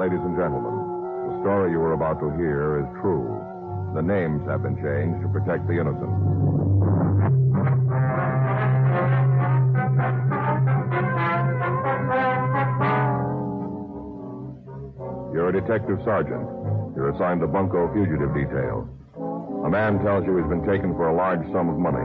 Ladies and gentlemen, the story you are about to hear is true. The names have been changed to protect the innocent. You're a detective sergeant. You're assigned to Bunko Fugitive Detail. A man tells you he's been taken for a large sum of money.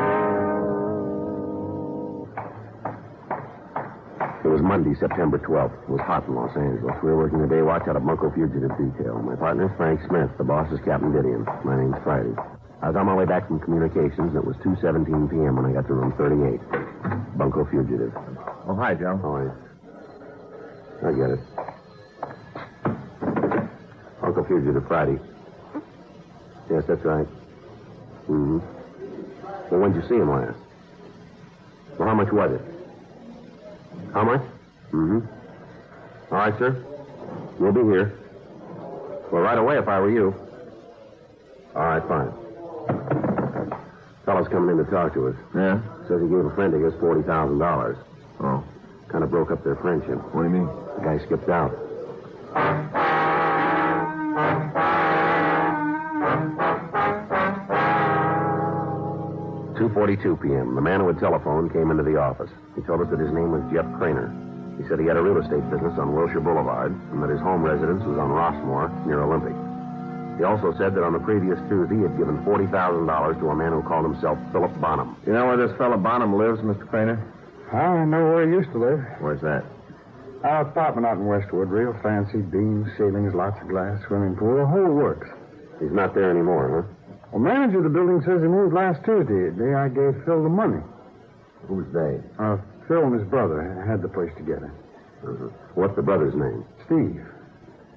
It was Monday, September 12th. It was hot in Los Angeles. We were working the day watch out of Bunko Fugitive Detail. My partner's Frank Smith. The boss is Captain Didion. My name's Friday. I was on my way back from communications, and it was 2.17 p.m. when I got to room 38. Bunko Fugitive. Oh, hi, Joe. All right. I get it. Bunko Fugitive Friday. Yes, that's right. Mm-hmm. Well, when'd you see him last? Well, how much was it? How much? Mm-hmm. All right, sir. We'll be here. Well, right away if I were you. All right, fine. Fellow's coming in to talk to us. Yeah? Says he gave a friend of his forty thousand dollars. Oh. Kind of broke up their friendship. What do you mean? The guy skipped out. Two forty-two p.m. The man who had telephoned came into the office. He told us that his name was Jeff Craner. He said he had a real estate business on Wilshire Boulevard and that his home residence was on Rossmore near Olympic. He also said that on the previous Tuesday he had given forty thousand dollars to a man who called himself Philip Bonham. You know where this fellow Bonham lives, Mr. Craner? I know where he used to live. Where's that? Our apartment out in Westwood, real fancy, beams, ceilings, lots of glass, swimming pool, the whole works. He's not there anymore, huh? The manager of the building says he moved last Tuesday, the day I gave Phil the money. Who's they? Uh, Phil and his brother had the place together. What's the brother's name? Steve.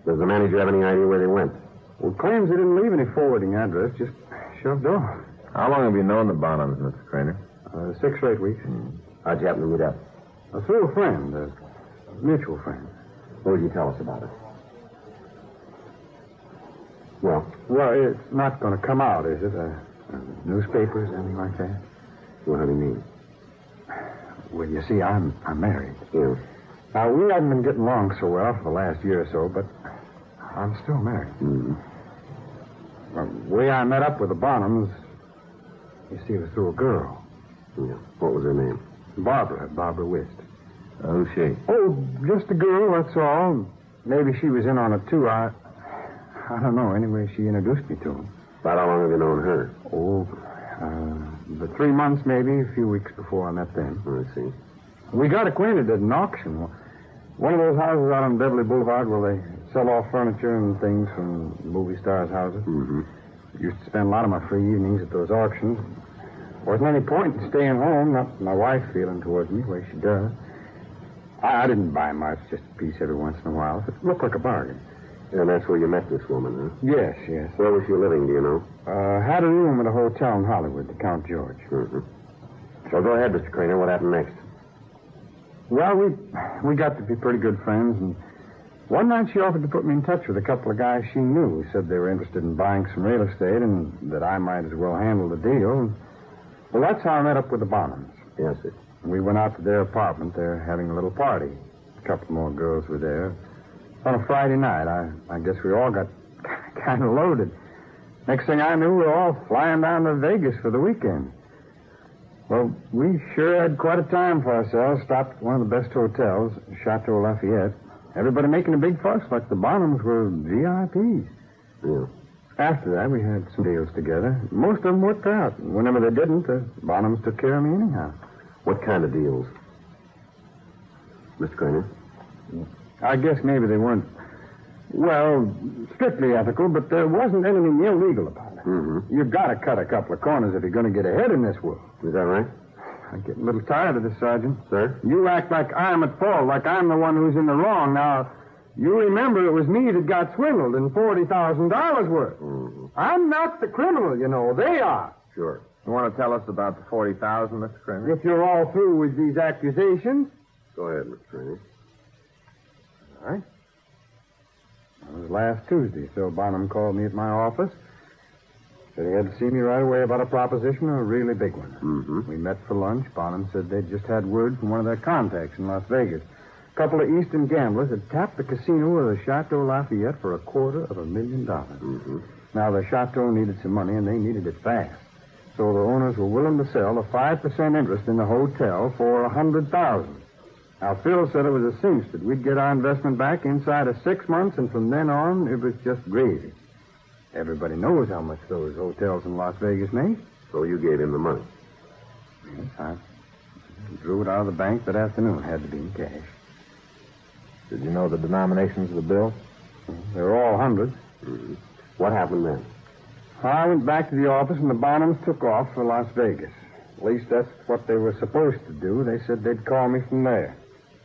Does the manager have any idea where they went? Well, claims he didn't leave any forwarding address, just shoved off. How long have you known the Bonhams, Mr. Craner? Uh, six or eight weeks. Hmm. How'd you happen to meet up? Uh, through a friend, a mutual friend. What would you tell us about it? Well, Well, it's not going to come out, is it? Uh, uh, newspapers, anything like that? what do you mean? Well, you see, I'm, I'm married. Yeah. Now, we haven't been getting along so well for the last year or so, but I'm still married. Mm. Well, the way I met up with the Bonhams, you see, it was through a girl, Yeah. What was her name? Barbara, Barbara Wist. Oh, she. Oh, just a girl, that's all. Maybe she was in on it, too. I, I don't know. Anyway, she introduced me to him. About how long have you known her? Oh, uh, but three months, maybe, a few weeks before I met them. I see. We got acquainted at an auction. One of those houses out on Beverly Boulevard where they sell off furniture and things from movie stars' houses. Mm-hmm. Used to spend a lot of my free evenings at those auctions. Wasn't any point in staying home, not my wife feeling towards me the way she does. I, I didn't buy much, just a piece every once in a while. If it looked like a bargain. And that's where you met this woman, huh? Yes, yes. Where was she living, do you know? Uh, had a room at a hotel in Hollywood, the Count George. Mm-hmm. Well, go ahead, Mr. Craner. What happened next? Well, we we got to be pretty good friends, and one night she offered to put me in touch with a couple of guys she knew who said they were interested in buying some real estate and that I might as well handle the deal. Well, that's how I met up with the Bonhams. Yes, sir. We went out to their apartment. They're having a little party. A couple more girls were there. On a Friday night, I, I guess we all got kind of loaded. Next thing I knew, we were all flying down to Vegas for the weekend. Well, we sure had quite a time for ourselves. Stopped at one of the best hotels, Chateau Lafayette. Everybody making a big fuss like the Bonhams were VIPs. Yeah. After that, we had some deals together. Most of them worked out. Whenever they didn't, the Bonhams took care of me anyhow. What kind of deals? Mr. Craner? I guess maybe they weren't, well, strictly ethical, but there wasn't anything illegal about it. Mm-hmm. You've got to cut a couple of corners if you're going to get ahead in this world. Is that right? I'm getting a little tired of this, Sergeant. Sir? You act like I'm at fault, like I'm the one who's in the wrong. Now, you remember it was me that got swindled in $40,000 worth. I'm not the criminal, you know. They are. Mm-hmm. Sure. You want to tell us about the 40000 Mr. Kramer? If you're all through with these accusations, Go ahead, Mr. Craney. It was last Tuesday. Phil Bonham called me at my office. Said he had to see me right away about a proposition, a really big one. Mm-hmm. We met for lunch. Bonham said they'd just had word from one of their contacts in Las Vegas. A couple of Eastern gamblers had tapped the casino of the Chateau Lafayette for a quarter of a million dollars. Mm-hmm. Now, the Chateau needed some money, and they needed it fast. So the owners were willing to sell a 5% interest in the hotel for a 100000 Now, Phil said it was a cinch that we'd get our investment back inside of six months, and from then on, it was just gravy. Everybody knows how much those hotels in Las Vegas make. So you gave him the money. Yes, I drew it out of the bank that afternoon. Had to be in cash. Did you know the denominations of the bill? They were all hundreds. Mm-hmm. What happened then? I went back to the office, and the Bonhams took off for Las Vegas. At least that's what they were supposed to do. They said they'd call me from there.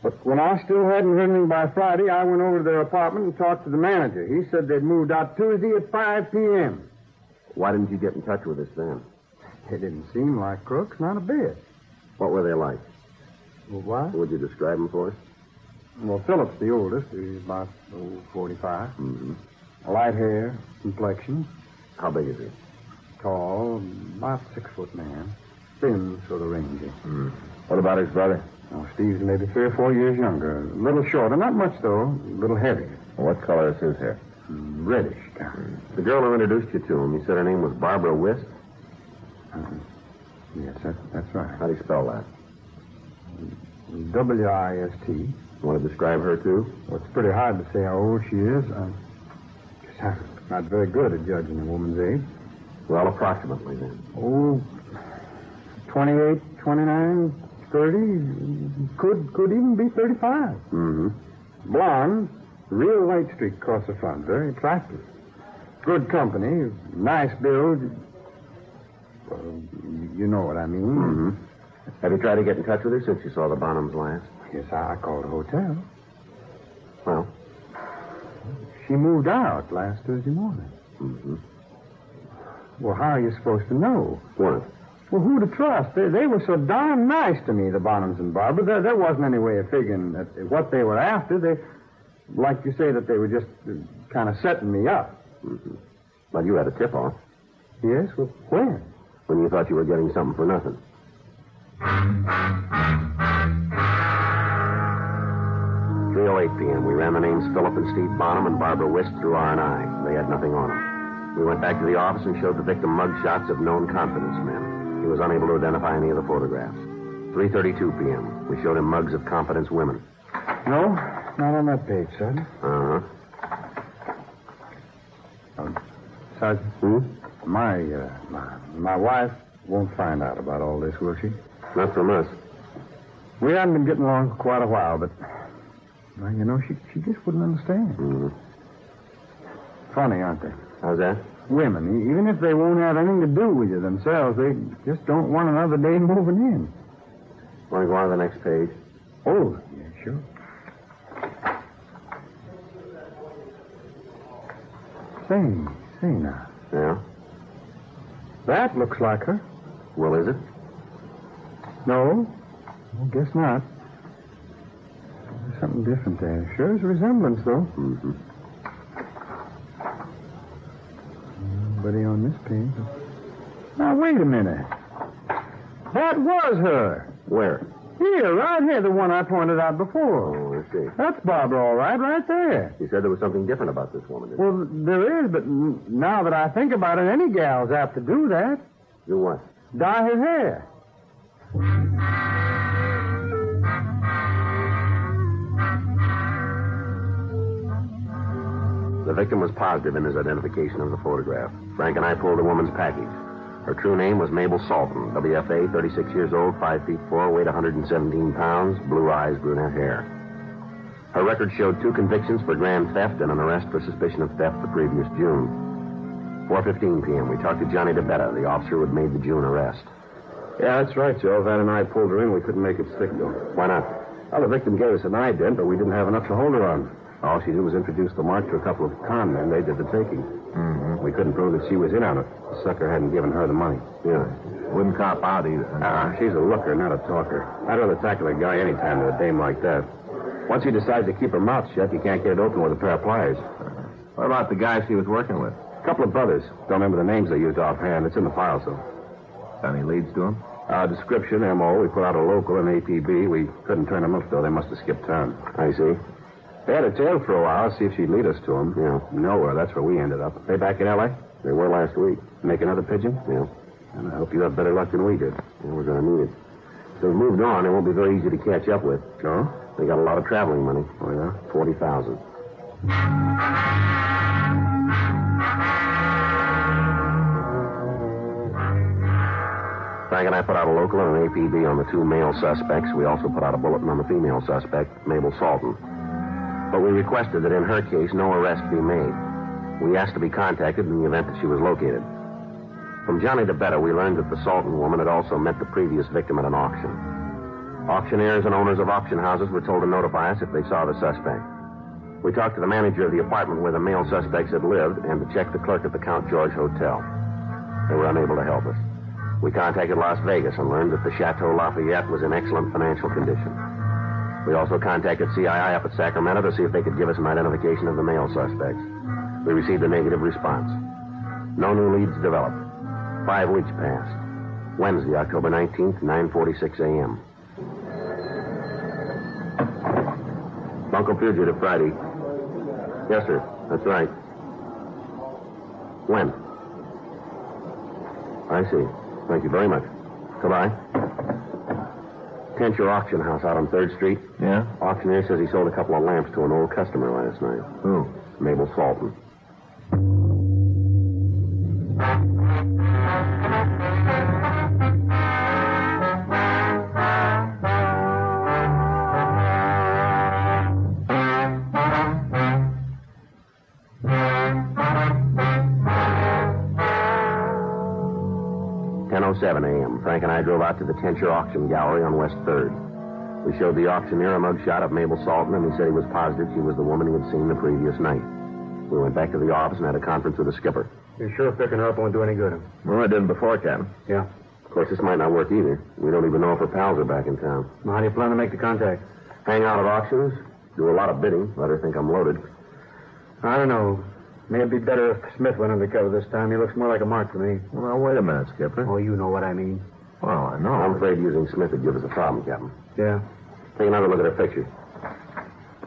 But when I still hadn't heard anything by Friday, I went over to their apartment and talked to the manager. He said they'd moved out Tuesday at 5 p.m. Why didn't you get in touch with us then? They didn't seem like crooks, not a bit. What were they like? Well, why? Would you describe them for us? Well, Phillips, the oldest, he's about oh, 45. Mm-hmm. Light hair, complexion, How big is he? tall, about six foot man, thin, sort of rangy. What about his brother? Now, Steve's maybe three or four years younger. A little shorter, not much, though. A little heavier. What color is his hair? Reddish kind. The girl who introduced you to him, you said her name was Barbara Wist? Yes, that, that's right. How do you spell that? W-I-S-T. You want to describe her, too? Well, it's pretty hard to say how old she is. I guess I'm not very good at judging a woman's age. Well, approximately then. Oh, 28, 29, 30, could, could even be 35. Mm-hmm. Blonde, real light streak across the front. Very attractive. Good company, nice build. Well, you- you know what I mean. Mm-hmm. Have you tried to get in touch with her since you saw the Bonhams last? Yes, I I called a hotel. Well, She moved out last Tuesday morning. mm-hmm. Well, how are you supposed to know? What? Well, who to trust? They, they were so darn nice to me, the Bonhams and Barbara. There, there wasn't any way of figuring that what they were after. They, like you say, that they were just kind of setting me up. Mm-hmm. Well, you had a tip-off Yes, well, when? when you thought you were getting something for nothing. Three oh eight p.m. We ran the names Philip and Steve Bonham and Barbara Wist through R and I. They had nothing on them. We went back to the office and showed the victim mug shots of known confidence men. He was unable to identify any of the photographs. 3.32 p.m. We showed him mugs of confidence women. No, not on that page, Sergeant. Uh-huh. Sergeant, Hmm? my, uh, my, my wife won't find out about all this, will she? Not from us. We haven't been getting along for quite a while, but, well, you know, she, she just wouldn't understand. hmm Funny, aren't they? How's that? Women, e- even if they won't have anything to do with you themselves, they just don't want another day moving in. Want to go on to the next page? Oh, yeah, sure. Say, say now. Yeah. That looks like her. Well, is it? No, I guess not. There's something different there. Sure is a resemblance, though. Mm-hmm. Nobody on this page. Now, wait a minute. That was her. Where? Here, right here, the one I pointed out before. Oh, I see. That's Barbara, all right, right there. You said there was something different about this woman. Didn't Well, there is, but n- now that I think about it, any gal's apt to do that. you? Do what? Dye her hair. The victim was positive in his identification of the photograph. Frank and I pulled the woman's package. Her true name was Mabel Salton, WFA, 36 years old, 5 feet 4, weight 117 pounds, blue eyes, brunette hair. Her record showed two convictions for grand theft and an arrest for suspicion of theft the previous June. 4.15 p.m., we talked to Johnny DeBetta, the officer who had made the June arrest. Yeah, that's right, Joe. Van and I pulled her in. We couldn't make it stick, though. Why not? Well, the victim gave us an ident, but we didn't have enough to hold her on. All she did was introduce the mark to a couple of con men. They did the taking. We couldn't prove that she was in on it. The sucker hadn't given her the money. Yeah. Wouldn't cop out either. Uh, she's a looker, not a talker. I'd rather tackle a guy any time with a dame like that. Once he decides to keep her mouth shut, you can't get it open with a pair of pliers. What about the guy she was working with? A couple of brothers. Don't remember the names they used offhand. It's in the file, so. Any leads to him? Uh, description, M.O. We put out a local and APB. We couldn't turn them up, though. They must have skipped town. I see. They had a tail for a while, see if she'd lead us to them. Yeah. Nowhere. That's where we ended up. They back in L.A.? They were last week. Make another pigeon? Yeah. And I hope you have better luck than we did. Yeah, we're going to need it. So we've moved on. It won't be very easy to catch up with. No? They got a lot of traveling money. Oh, yeah? 40000 Frank and I put out a local and an APB on the two male suspects. We also put out a bulletin on the female suspect, Mabel Salton. But we requested that in her case, no arrest be made. We asked to be contacted in the event that she was located. From Johnny DeBetta, we learned that the Salton woman had also met the previous victim at an auction. Auctioneers and owners of auction houses were told to notify us if they saw the suspect. We talked to the manager of the apartment where the male suspects had lived and to check the clerk at the Count George Hotel. They were unable to help us. We contacted Las Vegas and learned that the Chateau Lafayette was in excellent financial condition. We also contacted CII up at Sacramento to see if they could give us an identification of the male suspects. We received a negative response. No new leads developed. Five weeks passed. Wednesday, October 19th, 9.46 a.m. Bunko Fugitive, Friday. Yes, sir. That's right. When? I see. Thank you very much. Goodbye. Kent, your auction house out on 3rd Street. Yeah? Auctioneer says he sold a couple of lamps to an old customer last night, Who? Mabel Salton. Ten oh seven a.m. Frank and I drove out to the Tensure Auction Gallery on West Third. We showed the auctioneer a mugshot of Mabel Salton, and he said he was positive she was the woman he had seen the previous night. We went back to the office and had a conference with the skipper. You're sure picking her up won't do any good. Well, it didn't before, Captain. Yeah. Of course, this might not work either. We don't even know if her pals are back in town. Well, how do you plan to make the contact? Hang out at auctions, do a lot of bidding, let her think I'm loaded. I don't know. May it be better if Smith went undercover this time. He looks more like a mark to me. Well, now, wait a minute, Skipper. Oh, you know what I mean. Well, I I'm know. afraid using Smith would give us a problem, Captain. Yeah. Take another look at her picture.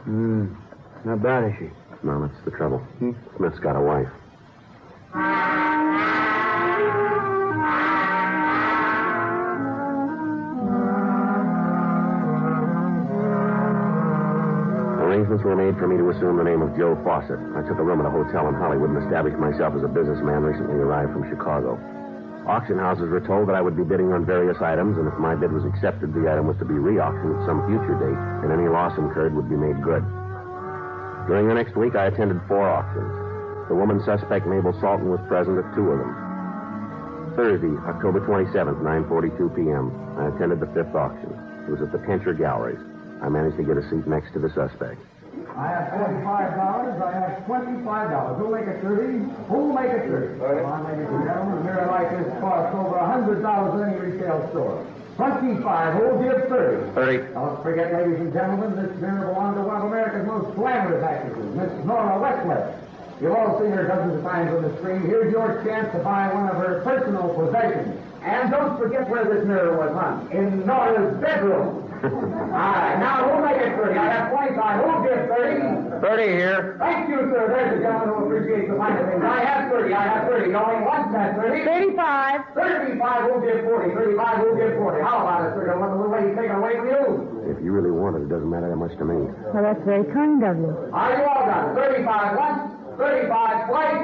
Hmm. Not bad, is she? No, that's the trouble. Smith's got a wife. Arrangements were made for me to assume the name of Joe Fawcett. I took a room at a hotel in Hollywood and established myself as a businessman recently arrived from Chicago. Auction houses were told that I would be bidding on various items, and if my bid was accepted, the item was to be re-auctioned at some future date, and any loss incurred would be made good. During the next week, I attended four auctions. The woman suspect, Mabel Salton, was present at two of them. Thursday, October 27th, 9.42 p.m., I attended the fifth auction. It was at the Pincher Galleries. I managed to get a seat next to the suspect. I have forty-five dollars, I have twenty-five dollars. Who'll make it thirty? Who'll make it thirty? Come on, ladies and gentlemen, a mirror like this costs over a hundred dollars in any retail store. Twenty-five, who'll give thirty? 30. Don't forget, ladies and gentlemen, this mirror belonged to one of America's most glamorous actresses, Miss Nora Westlake. You've all seen her dozens of times on the screen. Here's your chance to buy one of her personal possessions. And don't forget where this mirror was hung. In Nora's bedroom. Aye, now who'll make it 30? I have 25. Who'll give 30? 30 here. Thank you, sir. There's a gentleman who appreciates the finer things. I have 30. I have 30. Going once, that's 30. 35. 35 will give 40. 35 will give 40. How about it, sir? Don't let the little lady take it away from you. If you really want it, it doesn't matter that much to me. Well, that's very kind of you. Are you all done? 35 once, 35 twice.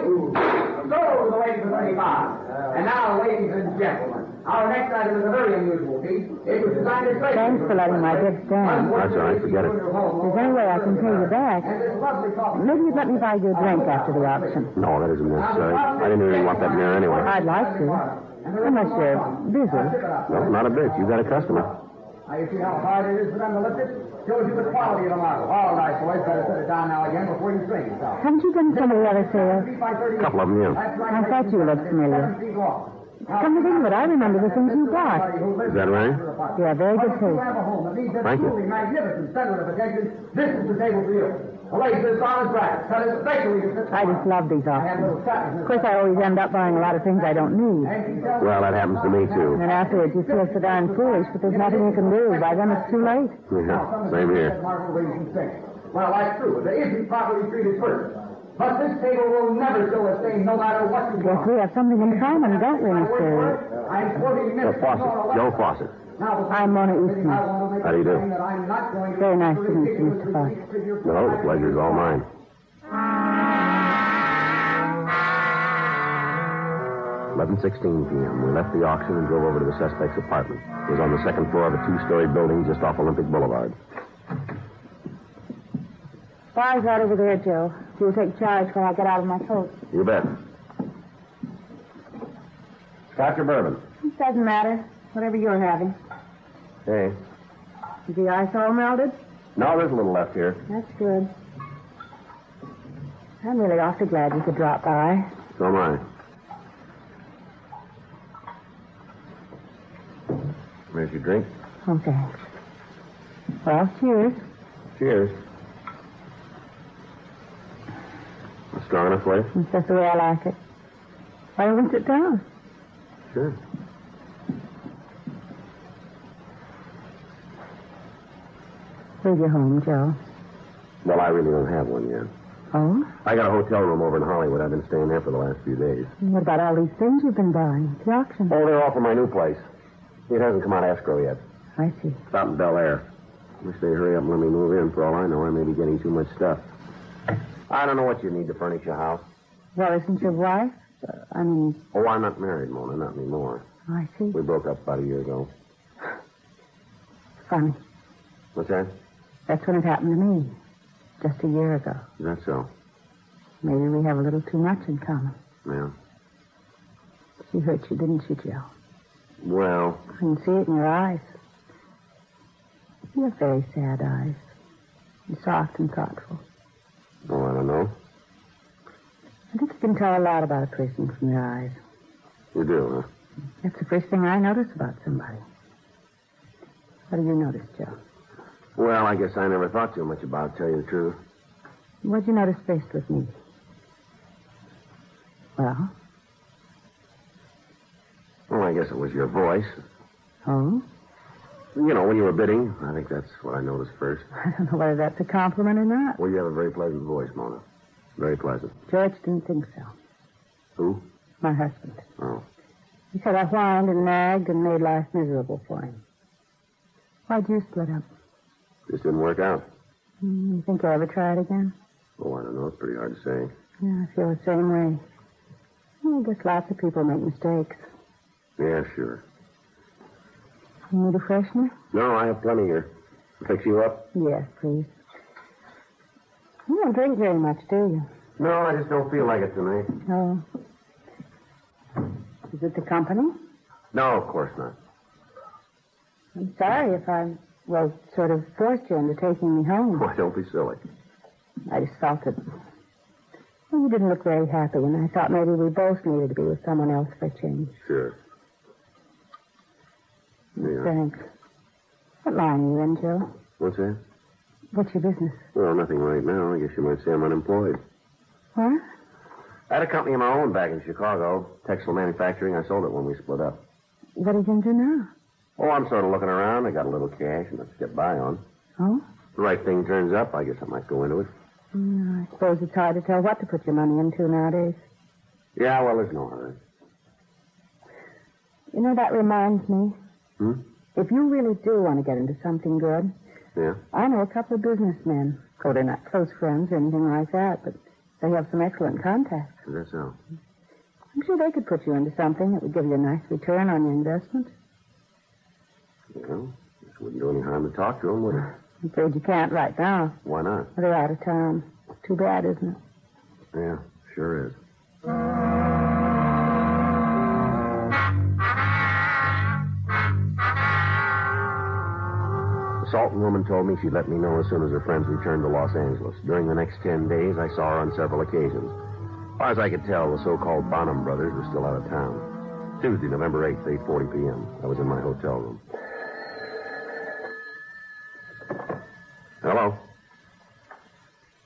Go to the ladies and 35. And now, ladies and gentlemen, our next item is a very unusual piece. It was designed especially... Thanks for letting my bid stand. That's all right, forget it. There's no way I can pay you back. And this lovely coffee- Maybe you'd let me buy you a drink after the auction. No, that isn't necessary. I didn't really want that mirror anyway. I'd like to. Unless you're busy. No, not a bit. You got a customer. Now, you see how hard it is for them to lift it? Shows you the quality of the model. All right, boys, better set it down now again before you strain yourself. Haven't you done some of the other sales? Couple of 'em, yeah. I thought you looked familiar. Come to think of it, I remember the things you bought. Is that right? Yeah, very good taste. Thank you. Magnificent center of attention. This is the table for you. The laces on his back. Cut it especially. I just love these I have little offers. Of fat. course, I always end up buying a lot of things I don't need. Well, that happens to me, And too. then afterwards, you feel so darn foolish, but there's nothing you can do. By then, it's too late. Yeah, same here. Well, that's true. There isn't properly treated first. But this table will never show a stain no matter what you Guess want. we have something in common, don't we, Mr. I'm 40 Uh, minutes. Fawcett. Joe Fawcett. I'm Mona Eastman. How do you do? Very Very nice to meet you, Mr. Fawcett. No, the pleasure's all mine. Eleven sixteen p.m. We left the auction and drove over to the suspect's apartment. It was on the second floor of a two-story building just off Olympic Boulevard. Bar's right over there, Joe. You'll take charge when I get out of my coat. You bet. Scotch or bourbon? It doesn't matter. Whatever you're having. Hey. Is the ice all melted? No, there's a little left here. That's good. I'm really awfully glad you could drop by. So am I. Here's your drink. Oh, thanks. Well, cheers. Cheers. Strong enough way? It's just the way I like it. Why don't we sit down? Sure. Where's your home, Joe? Well, I really don't have one yet. Oh? I got a hotel room over in Hollywood. I've been staying there for the last few days. What about all these things you've been buying? The auction. Oh, they're all for my new place. It hasn't come out of escrow yet. I see. It's out in Bel Air. Wish they'd hurry up and let me move in. For all I know, I may be getting too much stuff. I don't know what you need to furnish a house. Well, isn't your wife? Uh, I mean, Oh, I'm not married, Mona, not anymore. I see. We broke up about a year ago. Funny. What's that? That's when it happened to me. Just a year ago. Is that so? Maybe we have a little too much in common. Yeah. She hurt you, didn't she, Joe? Well, I can see it in your eyes. You have very sad eyes. You're soft and thoughtful. oh, I don't know. I think you can tell a lot about a person from their eyes. You do, huh? That's the first thing I notice about somebody. What do you notice, Joe? Well, I guess I never thought too much about it, tell you the truth. What'd you notice first with me? Well, Well, I guess it was your voice. oh, You know, when you were bidding, I think that's what I noticed first. I don't know whether that's a compliment or not. Well, you have a very pleasant voice, Mona. Very pleasant. George didn't think so. Who? My husband. Oh. He said I whined and nagged and made life miserable for him. Why'd you split up? Just didn't work out. Hmm, You think you'll ever try it again? Oh, I don't know. It's pretty hard to say. Yeah, I feel the same way. Well, I guess lots of people make mistakes. Yeah, sure. You need a freshener? No, I have plenty here. Fix you up? Yes, please. You don't drink very much, do you? No, I just don't feel like it tonight. No. Oh. Is it the company? No, of course not. I'm sorry if I, well, sort of forced you into taking me home. Why, don't be silly. I just felt that well, you didn't look very happy, and I thought maybe we both needed to be with someone else for a change. Sure. Yeah. Thanks. What line are you in, Joe? What's that? What's your business? Well, nothing right now. I guess you might say I'm unemployed. What? I had a company of my own back in Chicago, Textile Manufacturing. I sold it when we split up. What are you going to do now? Oh, I'm sort of looking around. I got a little cash and let's get by on. Oh? If the right thing turns up, I guess I might go into it. Mm, I suppose it's hard to tell what to put your money into nowadays. Yeah, well, there's no hurry. You know, that reminds me. Hmm? If you really do want to get into something good, Yeah? I know a couple of businessmen. Oh, they're not close friends or anything like that, but they have some excellent contacts. Is that so? I'm sure they could put you into something that would give you a nice return on your investment. Well, this wouldn't do any harm to talk to them, would it? I'm afraid you can't right now. Why not? They're out of town. Too bad, isn't it? Yeah, sure is. The Salton woman told me she'd let me know as soon as her friends returned to Los Angeles. During the next ten days, I saw her on several occasions. Far as I could tell, the so-called Bonham brothers were still out of town. Tuesday, November 8th, 8.40 p.m. I was in my hotel room. Hello?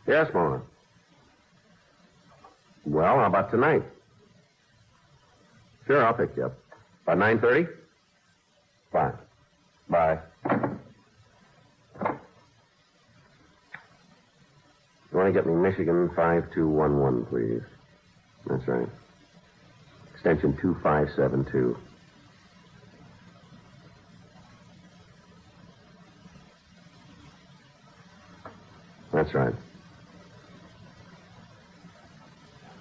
Yes, Mona. Well, how about tonight? Sure, I'll pick you up. By 9.30? Fine. Bye. You want to get me Michigan 5211, please? That's right. Extension 2572. That's right.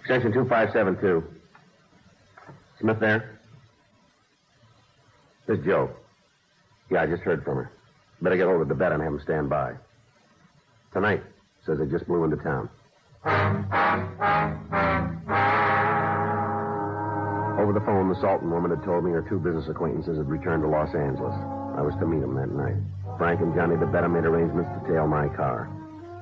Extension 2572. Smith there? This is Joe. Yeah, I just heard from her. Better get hold of the bed and have him stand by. Tonight. Says they just blew into town. Over the phone, the Salton woman had told me her two business acquaintances had returned to Los Angeles. I was to meet them that night. Frank and Johnny DeBetta made arrangements to tail my car.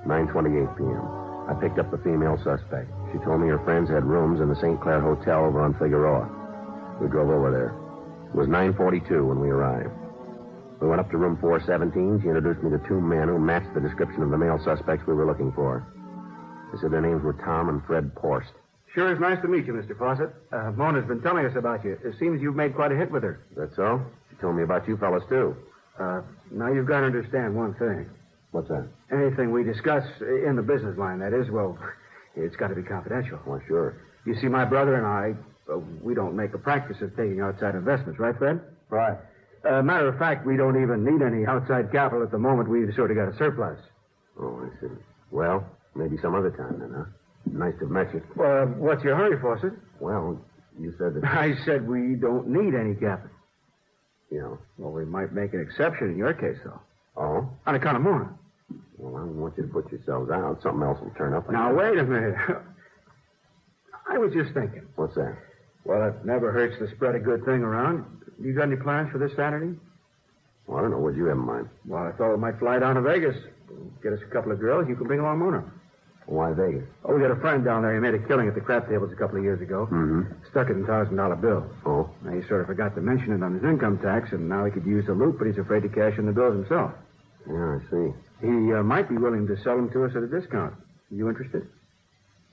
9.28 p.m. I picked up the female suspect. She told me her friends had rooms in the St. Clair Hotel over on Figueroa. We drove over there. It was 9.42 when we arrived. We went up to room 417. She introduced me to two men who matched the description of the male suspects we were looking for. They said their names were Tom and Fred Porst. Sure is nice to meet you, Mr. Fawcett. Uh, Mona's been telling us about you. It seems you've made quite a hit with her. That's so? She told me about you fellas, too. Uh, now, you've got to understand one thing. What's that? Anything we discuss in the business line, that is, well, it's got to be confidential. Why, sure. You see, my brother and I, uh, we don't make a practice of taking outside investments, right, Fred? Right. Uh, matter of fact, we don't even need any outside capital at the moment. We've sort of got a surplus. Oh, I see. Well, maybe some other time then, huh? Nice to have met you. Well, Uh, what's your hurry, Fawcett? Well, you said that. I said we don't need any capital. You know. Well, we might make an exception in your case, though. Oh? On account of Mona. Well, I don't want you to put yourselves out. Something else will turn up. I Now, guess. wait a minute. I was just thinking. What's that? Well, it never hurts to spread a good thing around. You got any plans for this Saturday? Well, I don't know. What you have in mind? Well, I thought we might fly down to Vegas. Get us a couple of girls. You can bring along Mona. Why Vegas? Oh, we got a friend down there. He made a killing at the crap tables a couple of years ago. Mm-hmm. Stuck it in thousand dollar bill. Oh, Now, he sort of forgot to mention it on his income tax, and now he could use the loot, but he's afraid to cash in the bills himself. yeah, I see. He uh, might be willing to sell them to us at a discount. You interested?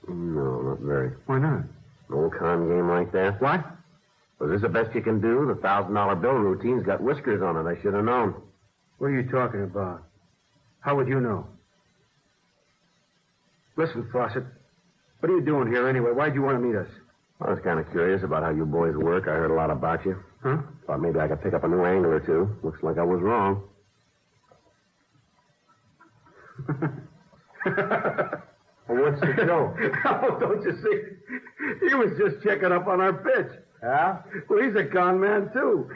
No, not very. Why not? An old con game like that. What? Was this the best you can do? The thousand dollar bill routine's got whiskers on it. I should have known. What are you talking about? How would you know? Listen, Fawcett, what are you doing here anyway? Why'd you want to meet us? I was kind of curious about how you boys work. I heard a lot about you. Huh? Thought maybe I could pick up a new angle or two. Looks like I was wrong. Well, what's the joke? oh, don't you see? He was just checking up on our pitch. Yeah? Well, he's a con man, too.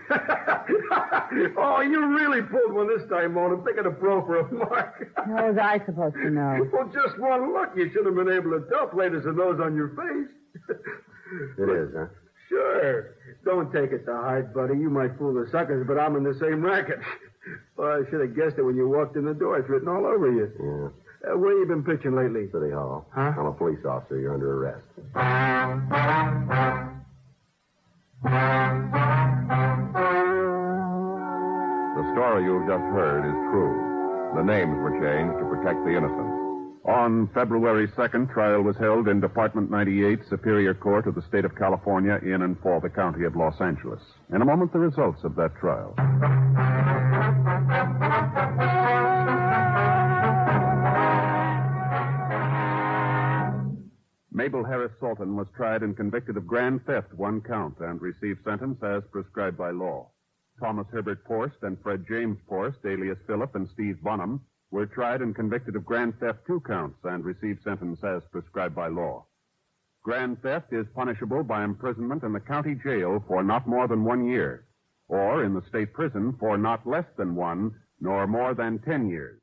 oh, you really pulled one this time, Mona, picking a pro for a mark. How was I supposed to know? well, just one look. You should have been able to tell Platus and those on your face. It is, huh? sure. Don't take it to heart, buddy. You might fool the suckers, but I'm in the same racket. well, I should have guessed it when you walked in the door. It's written all over you. Yeah. Uh, where you been pitching lately? City Hall. Huh? I'm a police officer. You're under arrest. The story you've just heard is true. The names were changed to protect the innocent. On February 2nd, trial was held in Department 98, Superior Court of the State of California, in and for the County of Los Angeles. In a moment, the results of that trial. Mabel Harris Salton was tried and convicted of grand theft, one count, and received sentence as prescribed by law. Thomas Herbert Forst and Fred James Forst, alias Philip and Steve Bonham, were tried and convicted of grand theft, two counts, and received sentence as prescribed by law. Grand theft is punishable by imprisonment in the county jail for not more than one year, or in the state prison for not less than one, nor more than ten years.